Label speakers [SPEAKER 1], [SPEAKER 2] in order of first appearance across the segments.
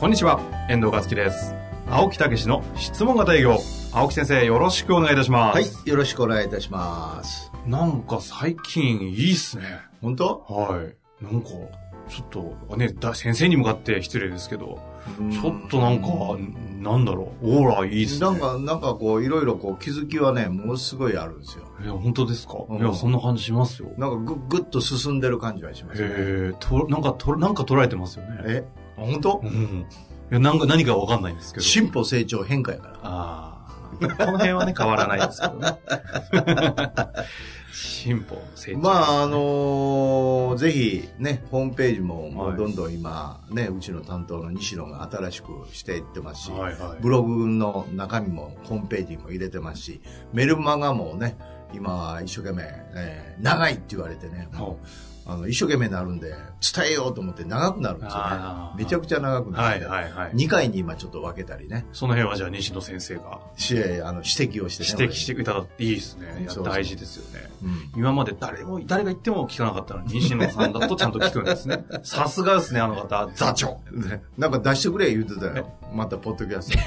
[SPEAKER 1] こんにちは、遠藤和樹です。青木武の質問型営業。青木先生、よろしくお願いいたします。
[SPEAKER 2] はい、よろしくお願いいたします。
[SPEAKER 1] なんか最近いいっすね。
[SPEAKER 2] 本当
[SPEAKER 1] はい。なんか、ちょっと、ね、だ先生に向かって失礼ですけど、ちょっとなんか、なんだろう、オーラいいっすね。
[SPEAKER 2] なんか、なんかこう、いろいろこう、気づきはね、ものすごいあるんですよ。
[SPEAKER 1] いや、本当ですか、
[SPEAKER 2] うん
[SPEAKER 1] いや、そんな感じしますよ。
[SPEAKER 2] なんかぐ、ぐっと進んでる感じはしますね。
[SPEAKER 1] えー、と、なんか、と、なんか捉えてますよね。
[SPEAKER 2] え本当
[SPEAKER 1] うん。いや、なんか、何かわかんないんですけど。
[SPEAKER 2] 進歩成長変化やから。
[SPEAKER 1] ああ。この辺はね、変わらないですけどね。進歩、成長。
[SPEAKER 2] まあ、あのーぜひね、ホームページも、もうどんどん今、ね、うちの担当の西野が新しくしていってますし、
[SPEAKER 1] はいはい。
[SPEAKER 2] ブログの中身もホームページにも入れてますし、メルマガもね、今一生懸命、えー長いって言われてね、もうあの一生懸命なるんで、伝えようと思って長くなるんですよね
[SPEAKER 1] あ。ー
[SPEAKER 2] めちゃくちゃ長くな
[SPEAKER 1] は
[SPEAKER 2] るん
[SPEAKER 1] い
[SPEAKER 2] で、
[SPEAKER 1] はいはい。
[SPEAKER 2] 2回に今ちょっと分けたりね、
[SPEAKER 1] その辺はじゃあ西野先生が
[SPEAKER 2] しあの指摘をしてね。
[SPEAKER 1] 指摘していただいていいですね。いや
[SPEAKER 2] そうそう
[SPEAKER 1] 大事ですよね。
[SPEAKER 2] 俺にうん
[SPEAKER 1] 今まで誰も、誰が言っても聞かなかったのに、西野さんだとちゃんと聞くんですね。さすがですね、あの方、座長。
[SPEAKER 2] ねなんか出してくれ言ってたよ。またポッドキャスト。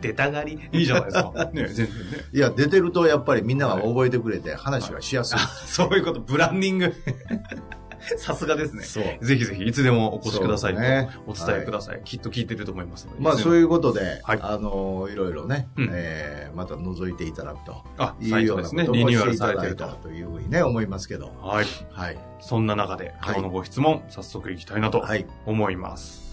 [SPEAKER 1] 出たがり。いいじゃないですか。ね、全然ね。
[SPEAKER 2] いや、出てるとやっぱりみんなが覚えてくれて話がしやすい。
[SPEAKER 1] そういうこと、ブランディング。 さすがですね。
[SPEAKER 2] そう。
[SPEAKER 1] ぜひぜひ、いつでもお越しくださいと
[SPEAKER 2] そうね
[SPEAKER 1] お伝えください。きっと聞いてると思いますので。
[SPEAKER 2] まあそう
[SPEAKER 1] いう。
[SPEAKER 2] いうことで、
[SPEAKER 1] はい
[SPEAKER 2] あのいろいろね、
[SPEAKER 1] うん
[SPEAKER 2] えーまた覗いていただくと
[SPEAKER 1] あ、
[SPEAKER 2] い
[SPEAKER 1] サ
[SPEAKER 2] う
[SPEAKER 1] イト
[SPEAKER 2] よう
[SPEAKER 1] で
[SPEAKER 2] な
[SPEAKER 1] す
[SPEAKER 2] こ
[SPEAKER 1] ね。
[SPEAKER 2] とを
[SPEAKER 1] リニューア
[SPEAKER 2] して
[SPEAKER 1] ル
[SPEAKER 2] い
[SPEAKER 1] さ
[SPEAKER 2] た
[SPEAKER 1] れて
[SPEAKER 2] だ
[SPEAKER 1] る
[SPEAKER 2] いた
[SPEAKER 1] と
[SPEAKER 2] ら。というふうにね思いますけど、
[SPEAKER 1] はい。
[SPEAKER 2] はい、
[SPEAKER 1] そんな中で、今日のご質問、早速いきたいなと
[SPEAKER 2] はい、
[SPEAKER 1] 思います。えー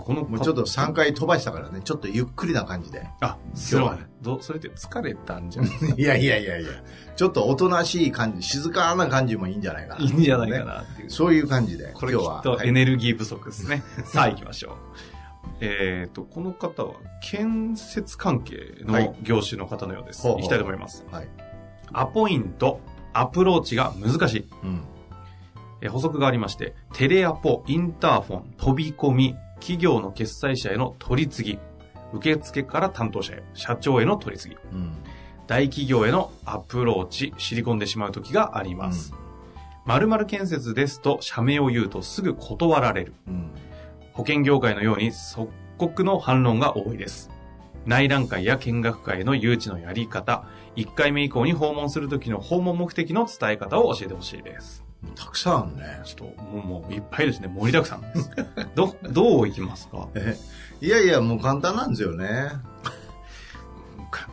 [SPEAKER 1] この、
[SPEAKER 2] もうちょっと3回飛ばしたからね、ちょっとゆっくりな感じで、
[SPEAKER 1] あ、
[SPEAKER 2] 日はね
[SPEAKER 1] そうどそれって疲れたんじゃない
[SPEAKER 2] いやいやいやいや、ちょっとおとなしい感じ、静かな感じもいいんじゃ ないかな、
[SPEAKER 1] いいんじゃないかなっていう。
[SPEAKER 2] そういう感じで、
[SPEAKER 1] これき
[SPEAKER 2] 今
[SPEAKER 1] っ
[SPEAKER 2] 日は、
[SPEAKER 1] と
[SPEAKER 2] はい
[SPEAKER 1] エネルギー不足 ですね。さあ行きましょう。えっと、この方は建設関係
[SPEAKER 2] はい
[SPEAKER 1] の業種の方のようです。
[SPEAKER 2] ほうほ
[SPEAKER 1] 行
[SPEAKER 2] う
[SPEAKER 1] きたいと思います。
[SPEAKER 2] はい
[SPEAKER 1] アポイント、アプローチが難しい。
[SPEAKER 2] うん
[SPEAKER 1] えー補足がありまして、テレアポ、インターフォン、飛び込み、企業の決済者への取り次ぎ、受付から担当者へ、社長への取り次ぎ、
[SPEAKER 2] うん
[SPEAKER 1] 大企業へのアプローチ、知り込んでしまう時があります。〇〇建設ですと社名を言うとすぐ断られる。
[SPEAKER 2] うん
[SPEAKER 1] 保険業界のように即刻の反論が多いです。内覧会や見学会への誘致のやり方、1回目以降に訪問する時の訪問目的の伝え方を教えてほしいです。
[SPEAKER 2] たくさんあるね。
[SPEAKER 1] ちょっと、もう、もういっぱいですね。盛りだくさんです。ど、 どういきますか
[SPEAKER 2] えいやいや、もう簡単なんですよね。
[SPEAKER 1] か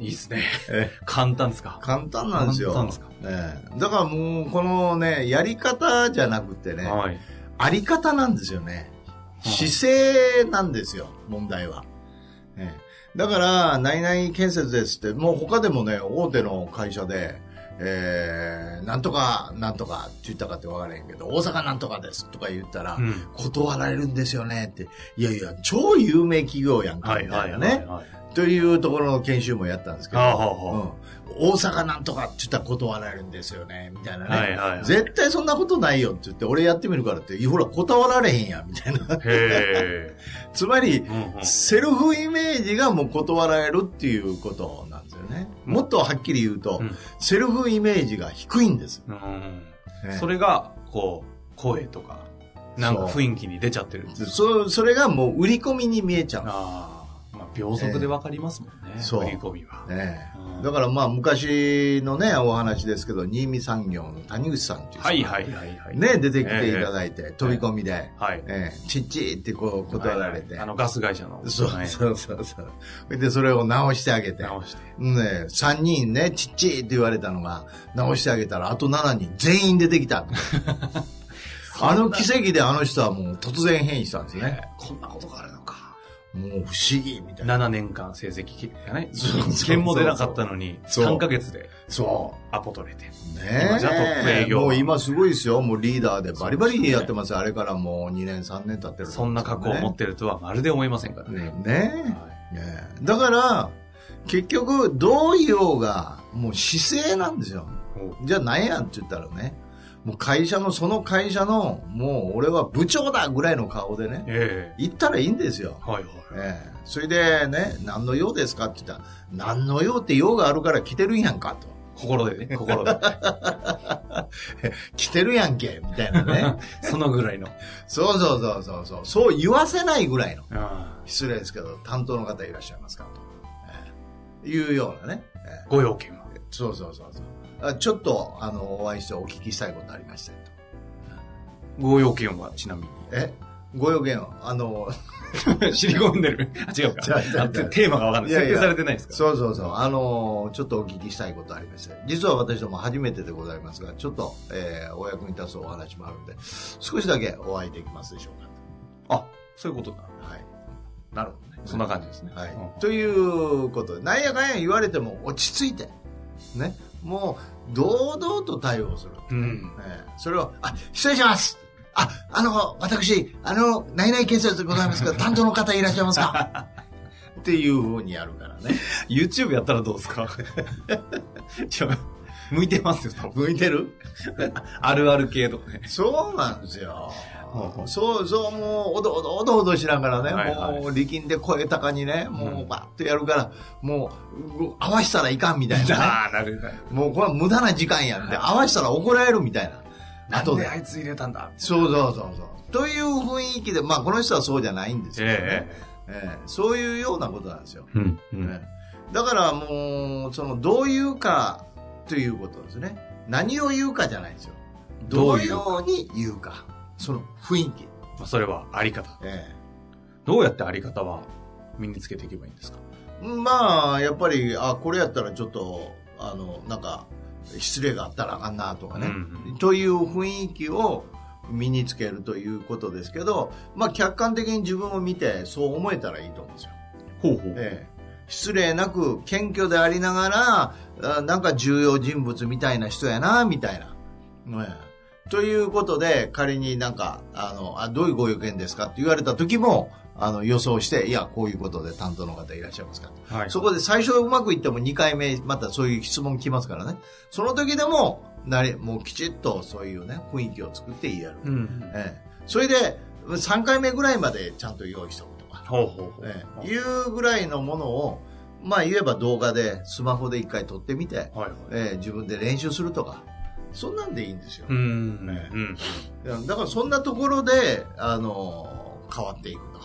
[SPEAKER 1] いいですね
[SPEAKER 2] え。
[SPEAKER 1] 簡単ですか
[SPEAKER 2] 簡単なんですよ。
[SPEAKER 1] 簡単ですか
[SPEAKER 2] ええだからもう、このね、やり方じゃなくてね、
[SPEAKER 1] はい。
[SPEAKER 2] あり方なんですよね。
[SPEAKER 1] うん
[SPEAKER 2] 姿勢なんですよ、問題は。ええだから、内々建設ですって、もう他でもね、大手の会社で、えー、なんとか、なんとかって言ったかってわからへんけど、大阪なんとかですとか言ったら、
[SPEAKER 1] うん。
[SPEAKER 2] 断られるんですよねって。いやいや、超有名企業やんか、
[SPEAKER 1] はい
[SPEAKER 2] みた
[SPEAKER 1] はいい
[SPEAKER 2] な
[SPEAKER 1] はい
[SPEAKER 2] ね。
[SPEAKER 1] はい。
[SPEAKER 2] というところの研修もやったんですけど、
[SPEAKER 1] ああはあは
[SPEAKER 2] うん、大阪なんとかって言ったら断られるんですよね、みたいなね。
[SPEAKER 1] はいはいはい
[SPEAKER 2] 絶対そんなことないよって言って、俺やってみるからって、いやほら、断られへんやん、みたいな。
[SPEAKER 1] へ
[SPEAKER 2] つまり
[SPEAKER 1] え。、うんうん
[SPEAKER 2] セルフイメージがもう断られるっていうことなんですよね。もっとはっきり言うと、
[SPEAKER 1] うん
[SPEAKER 2] セルフイメージが低いんです。
[SPEAKER 1] うん。
[SPEAKER 2] ね
[SPEAKER 1] それが、こう、声とか、なんか
[SPEAKER 2] そう
[SPEAKER 1] 雰囲気に出ちゃってる。
[SPEAKER 2] そそれがもう売り込みに見えちゃう。
[SPEAKER 1] ああ、まあ、秒速でわかりますもんね。
[SPEAKER 2] えそう
[SPEAKER 1] 売り込みは。
[SPEAKER 2] ねえ
[SPEAKER 1] うん
[SPEAKER 2] だからまあ昔のね、お話ですけど、新見産業の谷口さんっていう人が
[SPEAKER 1] はいはいはいはい。
[SPEAKER 2] ね、出てきていただいて、飛び込みで、
[SPEAKER 1] はい。
[SPEAKER 2] ええちっちーってこう断られて。
[SPEAKER 1] はいあの、ガス会社の。
[SPEAKER 2] そう
[SPEAKER 1] はい
[SPEAKER 2] そうそうそう。で、それを直してあげて。
[SPEAKER 1] 直して。
[SPEAKER 2] ね、3人ね、ちっちーって言われたのが、直してあげたら、あと7人全員出てき た。あの奇跡であの人はもう突然変異したんですね。
[SPEAKER 1] こんなことがあるのか。
[SPEAKER 2] もう不思議みたいな。
[SPEAKER 1] 7年間成績がね、
[SPEAKER 2] そうそうそう
[SPEAKER 1] 1件も出なかったのに、
[SPEAKER 2] そう
[SPEAKER 1] 3ヶ月で
[SPEAKER 2] そ
[SPEAKER 1] アポ取れて。
[SPEAKER 2] う。ねえ。
[SPEAKER 1] 今じゃトップ営業
[SPEAKER 2] もう今すごいですよ。もうリーダーでバリバリにやってますよ。あれからもう2年3年経ってる、
[SPEAKER 1] そんな過去を持ってるとはまるで思いませんからね。
[SPEAKER 2] ねね
[SPEAKER 1] はい
[SPEAKER 2] え。ねえだから、結局、どう言おうが、もう姿勢なんですよ。
[SPEAKER 1] お
[SPEAKER 2] じゃあ何やって言ったらね、もう会社の、その会社の、もう俺は部長だぐらいの顔でね、
[SPEAKER 1] え
[SPEAKER 2] 言ったらいいんですよ
[SPEAKER 1] え。はいはい。
[SPEAKER 2] ええそれでね、何の用ですかって言ったら、何の用って用があるから来てるんやんかと。
[SPEAKER 1] 心で ね、心で。
[SPEAKER 2] 来てるやんけ、みたいなね。
[SPEAKER 1] そのぐらいの。
[SPEAKER 2] そうそうそうそうそう。そう言わせないぐらいの。
[SPEAKER 1] あ
[SPEAKER 2] 失礼ですけど、担当の方いらっしゃいますかと。ええいうようなね。え
[SPEAKER 1] あご用件は。
[SPEAKER 2] えそうそうそうそうあ。ちょっと、あの、お会いしてお聞きしたいことありましたよと。
[SPEAKER 1] ご用件はちなみ に。
[SPEAKER 2] えご予言を。あの、
[SPEAKER 1] 知り込んでる。あ、違うか。
[SPEAKER 2] 違う違う違う
[SPEAKER 1] あテテーマがわかんない。
[SPEAKER 2] いやいや
[SPEAKER 1] 設定されてないですか
[SPEAKER 2] そうそうそう。あのーちょっとお聞きしたいことありました。実は私ども初めてでございますが、ちょっと、えーお役に立つお話もあるんで、少しだけお会いできますでしょう
[SPEAKER 1] あ、そういうことだ。
[SPEAKER 2] か。はい。
[SPEAKER 1] なるほどね。そんな感じですね。
[SPEAKER 2] はい。
[SPEAKER 1] うん
[SPEAKER 2] ということで、なんやかんや言われても落ち着いて、ね。もう、堂々と対応する。
[SPEAKER 1] うん。
[SPEAKER 2] えーそれを、あ、失礼しますあ、あの、私、あの、内々建設でござい ますが、担当の方いらっしゃいますか っていうふうにやるからね。
[SPEAKER 1] YouTube やったらどうですかちょ向いてますよ、多分。
[SPEAKER 2] 向いてる
[SPEAKER 1] あるある系とかね。
[SPEAKER 2] そうなんですよ
[SPEAKER 1] う。ん
[SPEAKER 2] そうそう、もう、おどおどおどおどしながらね、
[SPEAKER 1] はいはい
[SPEAKER 2] もう力んで声高にね、もうバッとやるから、もうう、合わしたらいかんみたいな、ね。
[SPEAKER 1] ああ、なるほど。
[SPEAKER 2] もうこれは無駄な時間やんで、合わしたら怒られるみたいな。
[SPEAKER 1] な
[SPEAKER 2] 後
[SPEAKER 1] ん
[SPEAKER 2] で
[SPEAKER 1] であ。いつ入れたんだ
[SPEAKER 2] そうそうそうそう。という雰囲気で、まあこの人はそうじゃないんですけどね。
[SPEAKER 1] ええ
[SPEAKER 2] ええそういうようなことなんですよ。
[SPEAKER 1] うん。う
[SPEAKER 2] ね。だからもう、その、どういうかということですね。何を言うかじゃないんですよ。ど
[SPEAKER 1] ど
[SPEAKER 2] う
[SPEAKER 1] うい
[SPEAKER 2] い
[SPEAKER 1] うう
[SPEAKER 2] ように言うか。その雰囲気。
[SPEAKER 1] まあそれはあり方。
[SPEAKER 2] え
[SPEAKER 1] どうやってあり方は身につけていけばいいんですか
[SPEAKER 2] えまあ、やっぱり、あ、これやったらちょっと、あの、なんか、失礼があったらあかんなとかね。
[SPEAKER 1] うん
[SPEAKER 2] という雰囲気を身につけるということですけど、まあ、客観的に自分を見て、そう思えたらいいと思うんですよ。
[SPEAKER 1] ほうほう。
[SPEAKER 2] ええ失礼なく謙虚でありながらあなんか重要人物みたいな人やなみたいな、ええということで仮になんかあのあどういうご意見ですかって言われた時もあの予想していやこういうことで担当の方いらっしゃいますか
[SPEAKER 1] はい。
[SPEAKER 2] そこで最初うまくいっても2回目またそういう質問来ますからねその時でもなれもうきちっとそういうね雰囲気を作ってやる、
[SPEAKER 1] うん。
[SPEAKER 2] ええそれで3回目ぐらいまでちゃんと用意しておくとか
[SPEAKER 1] ほうほうほう。
[SPEAKER 2] ええいうぐらいのものを、まあ言えば動画で、スマホで一回撮ってみて、
[SPEAKER 1] はいはい。
[SPEAKER 2] ええ自分で練習するとか、そんなんでいいんですよ
[SPEAKER 1] う。ん。
[SPEAKER 2] ええ
[SPEAKER 1] うん
[SPEAKER 2] だからそんなところで、あの変わっていくと。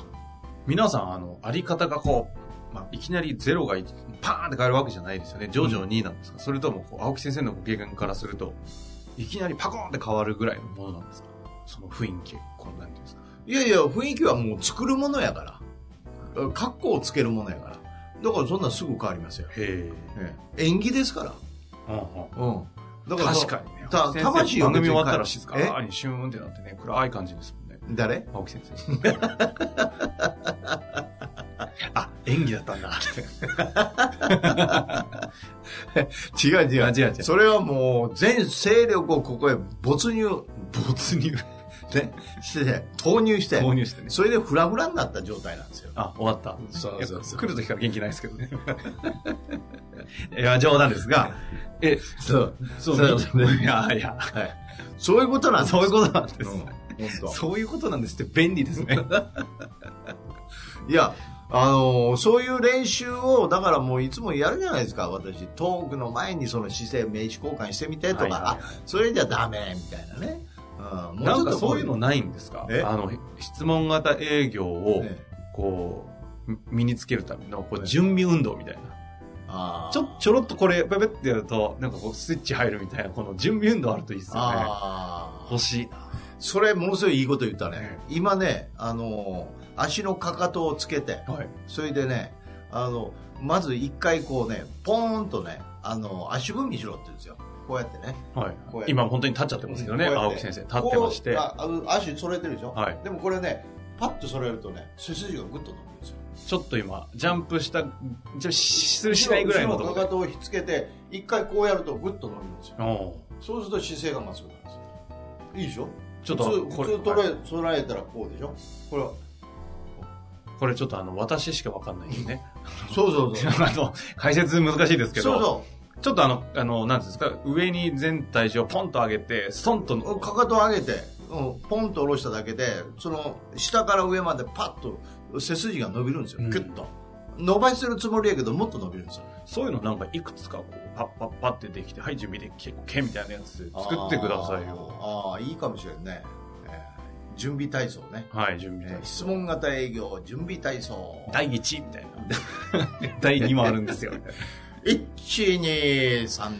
[SPEAKER 1] 皆さん、あの、あり方がこう、まあ、いきなりゼロがいパーンって変えるわけじゃないですよね。徐々になんですか、それともこう、青木先生のご経験からすると、いきなりパコーンって変わるぐらいのものなんですかその雰囲気、こんなんていうんですか
[SPEAKER 2] いやいや、雰囲気はもう作るものやから。格好をつけるものやから。だからそんなんすぐ変わりますよ。
[SPEAKER 1] へ
[SPEAKER 2] ええ演技ですから。
[SPEAKER 1] え。うんうん
[SPEAKER 2] うん。だから
[SPEAKER 1] 確かにね。
[SPEAKER 2] た
[SPEAKER 1] 青木先生
[SPEAKER 2] 魂を
[SPEAKER 1] 番
[SPEAKER 2] 別に
[SPEAKER 1] 組終わった
[SPEAKER 2] 変え
[SPEAKER 1] ら静かにシューンってなってね、暗い感じですもんね。
[SPEAKER 2] 誰
[SPEAKER 1] 青木先生。 あ、演技だったんだって。
[SPEAKER 2] 違う
[SPEAKER 1] う
[SPEAKER 2] 違
[SPEAKER 1] 違う違う
[SPEAKER 2] それはもう全勢力をここへ没入、
[SPEAKER 1] 没入。
[SPEAKER 2] ね、して、投入して。
[SPEAKER 1] 購入してね。
[SPEAKER 2] それでフラフラになった状態なんですよ。
[SPEAKER 1] あ、終わった。
[SPEAKER 2] そうそうそう
[SPEAKER 1] いや来る時から元気ないですけどね。いや、冗談です が。え、
[SPEAKER 2] そう。
[SPEAKER 1] そう、
[SPEAKER 2] そう
[SPEAKER 1] みいや、いや、
[SPEAKER 2] はい。そういうことなんです
[SPEAKER 1] そういうことなんです。
[SPEAKER 2] うん本
[SPEAKER 1] そういうことなんですって便利ですね。
[SPEAKER 2] 当いや、あのーそういう練習を、だからもういつもやるじゃないですか、私。トークの前にその姿勢、名刺交換してみてとか、
[SPEAKER 1] はいはいはい
[SPEAKER 2] あ、それじゃダメ、みたいなね。うん、もうちょ
[SPEAKER 1] な
[SPEAKER 2] っと
[SPEAKER 1] んかそういうのないんですか
[SPEAKER 2] え
[SPEAKER 1] あの、質問型営業を、
[SPEAKER 2] ね
[SPEAKER 1] こう、み身につけるための、こ
[SPEAKER 2] ええ
[SPEAKER 1] う、準備運動みたいな。
[SPEAKER 2] あー
[SPEAKER 1] ちょ、ちょろっとこれ、ペペってやると、なんかこう、スイッチ入るみたいな、この準備運動あるといいですよね。
[SPEAKER 2] あー
[SPEAKER 1] 欲しいな。
[SPEAKER 2] それ、ものすごいいいこと言ったね。今ね、あのー足のかかとをつけて、
[SPEAKER 1] はい。
[SPEAKER 2] それでね、あの、まず一回こうね、ポーンとね、あの、足踏みしろって言うんですよ。こうやってね。
[SPEAKER 1] はい
[SPEAKER 2] こうやっ。て
[SPEAKER 1] 今本当に立っちゃってますけどね、
[SPEAKER 2] こうやって
[SPEAKER 1] 青木先生。立ってまして。
[SPEAKER 2] こう
[SPEAKER 1] は
[SPEAKER 2] ああの足揃えてるでしょ、
[SPEAKER 1] はい
[SPEAKER 2] でもこれね、パッと揃えるとね、背筋がぐっと伸びるんですよ。
[SPEAKER 1] ちょっと今、ジャンプした、じゃししないぐらいのと
[SPEAKER 2] 後
[SPEAKER 1] こ
[SPEAKER 2] ろ
[SPEAKER 1] ろ
[SPEAKER 2] かか
[SPEAKER 1] で。
[SPEAKER 2] とをひっつけて一回こうやるとグッと伸びるんですよ
[SPEAKER 1] お
[SPEAKER 2] そうすると姿勢がまっすぐなんですよいいでしょ
[SPEAKER 1] うちょっと、
[SPEAKER 2] 普通
[SPEAKER 1] こ
[SPEAKER 2] 普
[SPEAKER 1] れ、
[SPEAKER 2] 通捉え捉えたらこうでしょこれは
[SPEAKER 1] これちょっとあの、私しかわかんないんでね。
[SPEAKER 2] そうそうそう
[SPEAKER 1] あの、解説難しいですけど、
[SPEAKER 2] そうそう
[SPEAKER 1] ちょっとあの、あの、なんていうんですか、上に全体重をポンと上げて、ストンと、
[SPEAKER 2] かかとを上げて、うん、ポンと下ろしただけでその下から上までパッと背筋が伸びるんですよ、
[SPEAKER 1] うん
[SPEAKER 2] キュッと伸ばしてるつもりやけどもっと伸びるんですよ
[SPEAKER 1] そういうのなんかいくつかこう、パッパッパってできて、はい、準備でき、OK みたいなやつ作ってくださいよ。
[SPEAKER 2] あーあーいいかもしれんね、えー準備体操ね、
[SPEAKER 1] はい、準備
[SPEAKER 2] え
[SPEAKER 1] 体
[SPEAKER 2] ー
[SPEAKER 1] 操
[SPEAKER 2] 質問型営業準備体操
[SPEAKER 1] 第1みたいな。 第2もあるんですよ。
[SPEAKER 2] 1234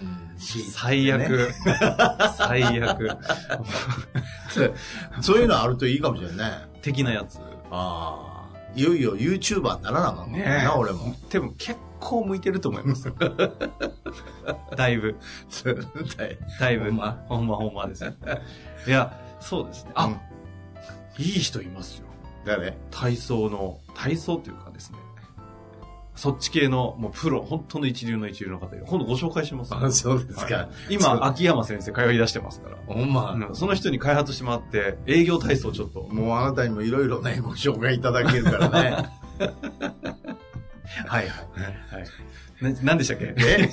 [SPEAKER 1] 最悪。 最悪。
[SPEAKER 2] そういうのあるといいかもしれんね
[SPEAKER 1] 的なやつ。
[SPEAKER 2] ああいよいよ YouTuber にならなあかんの
[SPEAKER 1] ね
[SPEAKER 2] か
[SPEAKER 1] え
[SPEAKER 2] な、俺も
[SPEAKER 1] でも結構向いてると思います よ。だいぶ、だいぶ、
[SPEAKER 2] ほんま
[SPEAKER 1] ほんまほんまですよ。 いや、そうですね。あ、
[SPEAKER 2] うん
[SPEAKER 1] いい人いますよ。
[SPEAKER 2] 誰
[SPEAKER 1] 体操の、体操というかですね。そっち系の、もうプロ、本当の一流の一流の方で、今度ご紹介します。
[SPEAKER 2] そうで
[SPEAKER 1] はい今、秋山先生通い出してますから。
[SPEAKER 2] ほんま、
[SPEAKER 1] うんその人に開発してもらって、営業体操ちょっと、
[SPEAKER 2] もうあなたにもいろいろね、ご紹介いただけるから ね。
[SPEAKER 1] はいはい。ななんでしたっけ
[SPEAKER 2] え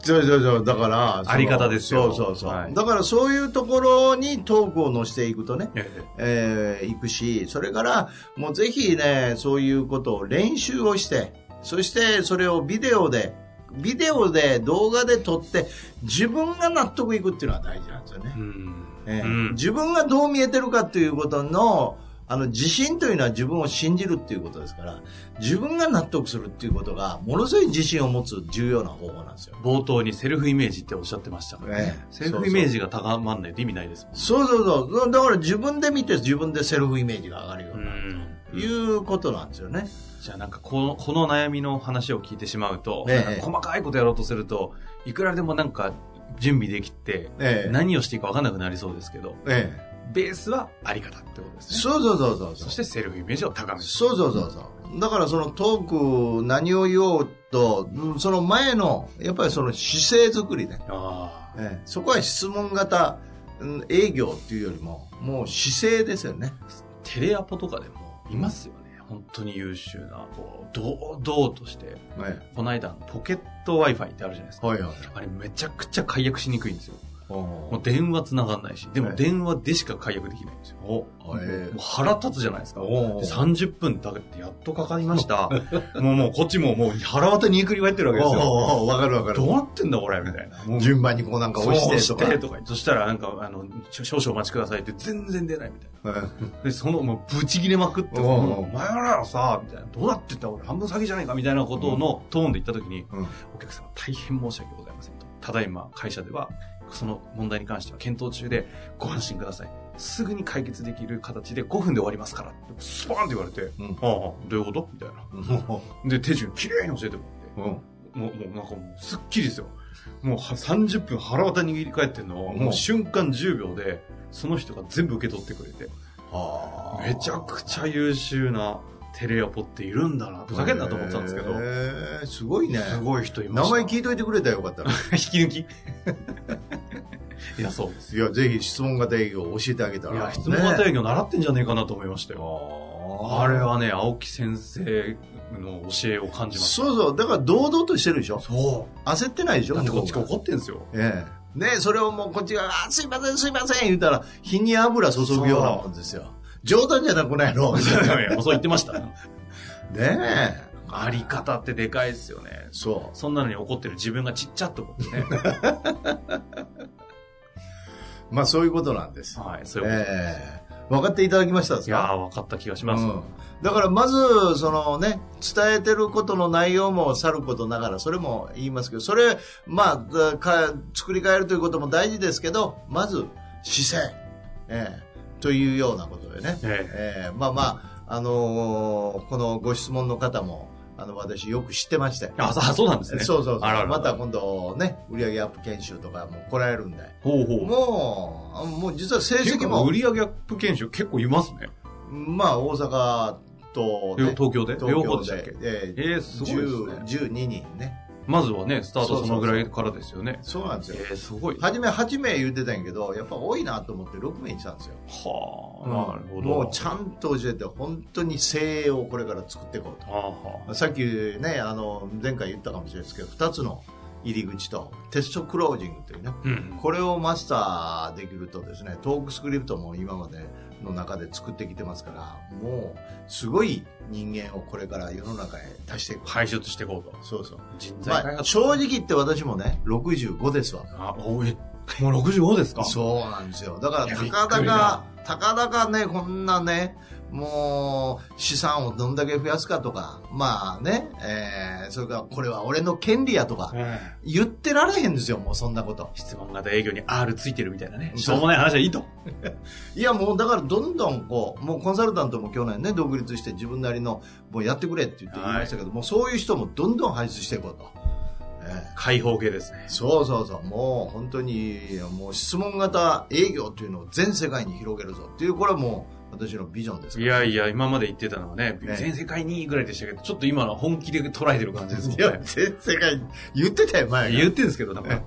[SPEAKER 2] そうそうそう、だから、その
[SPEAKER 1] あり方ですよ
[SPEAKER 2] そうそうそう。
[SPEAKER 1] はい
[SPEAKER 2] だからそういうところにトークを乗せていくとね、
[SPEAKER 1] ええ
[SPEAKER 2] えー、いくし、それから、もうぜひね、そういうことを練習をして、そしてそれをビデオで、ビデオで動画で撮って、自分が納得いくっていうのは大事なんですよね。
[SPEAKER 1] うん
[SPEAKER 2] ええ
[SPEAKER 1] うん
[SPEAKER 2] 自分がどう見えてるかということの、あの、自信というのは自分を信じるっていうことですから、自分が納得するっていうことが、ものすごい自信を持つ重要な方法なんですよ。
[SPEAKER 1] 冒頭にセルフイメージっておっしゃってましたからね。
[SPEAKER 2] ええ
[SPEAKER 1] セルフイメージが高まんないと意味ないですもん。
[SPEAKER 2] そうそうそう。だから自分で見て自分でセルフイメージが上がるようになる
[SPEAKER 1] う
[SPEAKER 2] と
[SPEAKER 1] ん
[SPEAKER 2] いうことなんですよね。
[SPEAKER 1] じゃあなんかこの、この悩みの話を聞いてしまうと、
[SPEAKER 2] ええ
[SPEAKER 1] なんか細かいことやろうとすると、いくらでもなんか準備できて、
[SPEAKER 2] ええ
[SPEAKER 1] 何をしていいか分かんなくなりそうですけど、
[SPEAKER 2] ええ
[SPEAKER 1] ベースはあり方ってことですね。
[SPEAKER 2] そうそうそうそうそ。
[SPEAKER 1] そうしてセルフイメージを高める。
[SPEAKER 2] そうそうそうそう。だからそのトーク、何を言おうと、うんその前の、やっぱりその姿勢作りね。
[SPEAKER 1] ああ
[SPEAKER 2] ええそこは質問型うん営業っていうよりも、もう姿勢ですよね。
[SPEAKER 1] テレアポとかでもいますよね。本当に優秀な、こう、堂々として。
[SPEAKER 2] はい。
[SPEAKER 1] この間、ポケット Wi-Fi ってあるじゃないですか。
[SPEAKER 2] はいはい。
[SPEAKER 1] あれめちゃくちゃ解約しにくいんですよ。も
[SPEAKER 2] お
[SPEAKER 1] う電話繋がんないし、で
[SPEAKER 2] は
[SPEAKER 1] も
[SPEAKER 2] い
[SPEAKER 1] 電話でしか解約できないんですよ。
[SPEAKER 2] おえ
[SPEAKER 1] もう腹立つじゃないですか。で
[SPEAKER 2] お
[SPEAKER 1] 30分だけってやっとかかりま した。もうもうこっちももう腹渡にいくり返ってるわけですよ。
[SPEAKER 2] おおわかるわか
[SPEAKER 1] どう
[SPEAKER 2] る。
[SPEAKER 1] なってんだこれみたいな。もう
[SPEAKER 2] 順番にこうなんか押してと
[SPEAKER 1] そう
[SPEAKER 2] か
[SPEAKER 1] 押。してとか。そしたらなんか、あの、ちょ少々お待ちくださいって全然出ないみたいな。で、そのもうブチ切れまくって、
[SPEAKER 2] おう
[SPEAKER 1] もうお前らさ、みたいな。どうなってんだ俺半分詐欺じゃないかみたいなことのトーンで言ったときに、
[SPEAKER 2] うん
[SPEAKER 1] お客様大変申し訳ございませんと。ただいま会社では、その問題に関しては検討中で、ご安心ください。すぐに解決できる形で5分で終わりますから。スパーンって言われて、
[SPEAKER 2] うん
[SPEAKER 1] ああ、どういうことみたいな。
[SPEAKER 2] も
[SPEAKER 1] で、手順きれいに教えても
[SPEAKER 2] うう
[SPEAKER 1] ら
[SPEAKER 2] ん
[SPEAKER 1] って、もう、もうなんかもう、すっきりですよ。もうは30分腹渡握り返ってんのを、
[SPEAKER 2] うん
[SPEAKER 1] もう瞬間10秒で、その人が全部受け取ってくれて、
[SPEAKER 2] はあ
[SPEAKER 1] めちゃくちゃ優秀なテレアポっているんだな、ふざけんなと思ってたんですけど、
[SPEAKER 2] へえすごいね。
[SPEAKER 1] すごい人いま
[SPEAKER 2] 名
[SPEAKER 1] した。
[SPEAKER 2] 前聞いといてくれたらよかったな。
[SPEAKER 1] 引き抜 きいや、そうです
[SPEAKER 2] いや、ぜひ質問型営業を教えてあげた
[SPEAKER 1] よ。
[SPEAKER 2] ら。
[SPEAKER 1] いや、質問型
[SPEAKER 2] ね
[SPEAKER 1] 営業習ってんじゃねえかなと思いましたよ。
[SPEAKER 2] あ
[SPEAKER 1] あれ
[SPEAKER 2] は。
[SPEAKER 1] はね、青木先生の教えを感じまし
[SPEAKER 2] そうそう。だから堂々としてるでしょ
[SPEAKER 1] た。そ
[SPEAKER 2] 焦ってないでしょ
[SPEAKER 1] だってこっち
[SPEAKER 2] 向
[SPEAKER 1] が
[SPEAKER 2] こうが
[SPEAKER 1] 怒ってんすよ。
[SPEAKER 2] ええ。ねそれをもうこっちが、あーすいません、すいません、言うたら、火に油注ぐようなもんですよ。冗談じゃなくないのね
[SPEAKER 1] いやいや そう言ってました。
[SPEAKER 2] え。
[SPEAKER 1] あり方ってでかいですよね。
[SPEAKER 2] そ
[SPEAKER 1] そんなのに怒ってる自分がちっちゃっと思 ってね。
[SPEAKER 2] う。まあそういうことなんです。
[SPEAKER 1] はい、そういうこと。
[SPEAKER 2] ええ分かっていただきましたです
[SPEAKER 1] いやー、
[SPEAKER 2] か
[SPEAKER 1] 分かった気がします。
[SPEAKER 2] うんだからまず、そのね、伝えてることの内容もさることながら、それも言いますけど、それ、まあ、だか作り変えるということも大事ですけど、まず、姿勢、ええというようなことでね。
[SPEAKER 1] え
[SPEAKER 2] えーまあまあ、あのーこのご質問の方も、あの、私よく知ってまして。
[SPEAKER 1] えあ、そそうなんですね。
[SPEAKER 2] そうそうそう。
[SPEAKER 1] あらら
[SPEAKER 2] また今度ね、売上アップ研修とかも来られるんで。
[SPEAKER 1] ほうほう。
[SPEAKER 2] もう、あもう実は成
[SPEAKER 1] 結
[SPEAKER 2] 績
[SPEAKER 1] 構
[SPEAKER 2] も
[SPEAKER 1] 売、上アップ研修結構いますね。
[SPEAKER 2] まあ大阪とね、
[SPEAKER 1] よ東京で両方でしたっけ
[SPEAKER 2] え
[SPEAKER 1] え
[SPEAKER 2] ー
[SPEAKER 1] ー、すごいですね。
[SPEAKER 2] 10 12人ね。
[SPEAKER 1] まずはね、スター
[SPEAKER 2] そう
[SPEAKER 1] ト
[SPEAKER 2] そ
[SPEAKER 1] そ
[SPEAKER 2] うそう
[SPEAKER 1] のぐらいからですよね。
[SPEAKER 2] そうなんですよ。
[SPEAKER 1] えー、すごい。は
[SPEAKER 2] 初め8名言ってたんやけど、やっぱ多いなと思って6名にしたんですよ。
[SPEAKER 1] あ、なるほど。
[SPEAKER 2] もうちゃんと教えて、本当に精鋭をこれから作っていこう
[SPEAKER 1] あーは
[SPEAKER 2] と。さっきね、あの、前回言ったかもしれないですけど、2つの入り口と、テストクロージングというね、
[SPEAKER 1] ーうん。
[SPEAKER 2] これをマスターできるとですね、トークスクリプトも今までの中で作ってきてますから、もう、すごい人間をこれから世の中へ出していく。
[SPEAKER 1] 排出していこうと。
[SPEAKER 2] そうそう。
[SPEAKER 1] 人材開
[SPEAKER 2] まあ、
[SPEAKER 1] 発。
[SPEAKER 2] 正直言って私もね、65ですわ。
[SPEAKER 1] あ、おえ、もう65ですか
[SPEAKER 2] そうなんですよ。だから、
[SPEAKER 1] いや
[SPEAKER 2] た
[SPEAKER 1] びっ
[SPEAKER 2] か
[SPEAKER 1] く
[SPEAKER 2] だ
[SPEAKER 1] り
[SPEAKER 2] か
[SPEAKER 1] だ、
[SPEAKER 2] たかだかね、こんなね、もう、資産をどんだけ増やすかとか、まあね、えー、それから、これは俺の権利やとか、
[SPEAKER 1] うん
[SPEAKER 2] 言ってられへんですよ、もうそんなこと。
[SPEAKER 1] 質問型営業に R ついてるみたいなね。
[SPEAKER 2] そう
[SPEAKER 1] しょうもない話はいいと。
[SPEAKER 2] いや、もうだから、どんどんこう、もうコンサルタントも去年ね、独立して自分なりの、もうやってくれって言って言いましたけど、もうそういう人もどんどん排出していこうと。えー
[SPEAKER 1] 開放系ですね。
[SPEAKER 2] そうそうそう、もう本当に、もう質問型営業というのを全世界に広げるぞっていう、これはもう私のビジョンですか
[SPEAKER 1] い
[SPEAKER 2] ら。
[SPEAKER 1] やいや、今まで言ってたのはね、
[SPEAKER 2] ね
[SPEAKER 1] 全世界にいいぐらいでしたけど、ちょっと今のは本気で捉えてる感じですもん
[SPEAKER 2] いや、
[SPEAKER 1] ね。
[SPEAKER 2] 全世界、言ってたよ、前が
[SPEAKER 1] 言ってるんですけど、なんか
[SPEAKER 2] ね、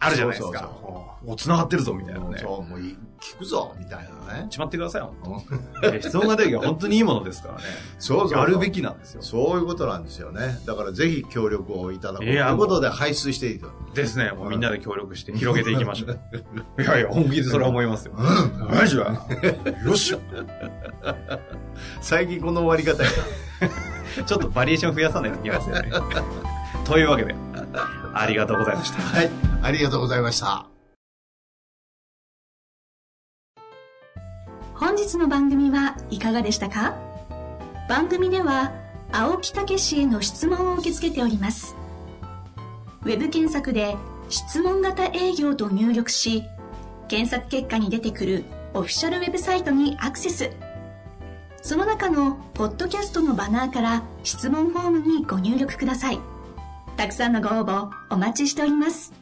[SPEAKER 1] あるじゃないですか。
[SPEAKER 2] そうそ
[SPEAKER 1] もう繋がってるぞ、みたいなね。
[SPEAKER 2] そう、もうい聞くぞ、みたいなね。
[SPEAKER 1] ちまってください、本当に。質問型営業は本当にいいものですからね。
[SPEAKER 2] そう
[SPEAKER 1] やるべ
[SPEAKER 2] き。
[SPEAKER 1] きなんですよ。
[SPEAKER 2] そういうことなんですよね。だからぜひ協力をいただこうと
[SPEAKER 1] い
[SPEAKER 2] い
[SPEAKER 1] や
[SPEAKER 2] うことで排出していく。
[SPEAKER 1] ですね。もうみんなで協力して広げていきましょう。 いやいや、本気でそれは思いますよ。マジは。よ し。
[SPEAKER 2] 最近この終わり方や
[SPEAKER 1] ちょっとバリエーション増やさないといけません ね。というわけで、ありがとうございました。
[SPEAKER 2] はい。ありがとうございました。
[SPEAKER 3] 本日の番組はいかがでしたか番組では青木武氏への質問を受け付けておりますウェブ検索で「質問型営業」と入力し検索結果に出てくるオフィシャルウェブサイトにアクセスその中のポッドキャストのバナーから質問フォームにご入力くださいたくさんのご応募お待ちしております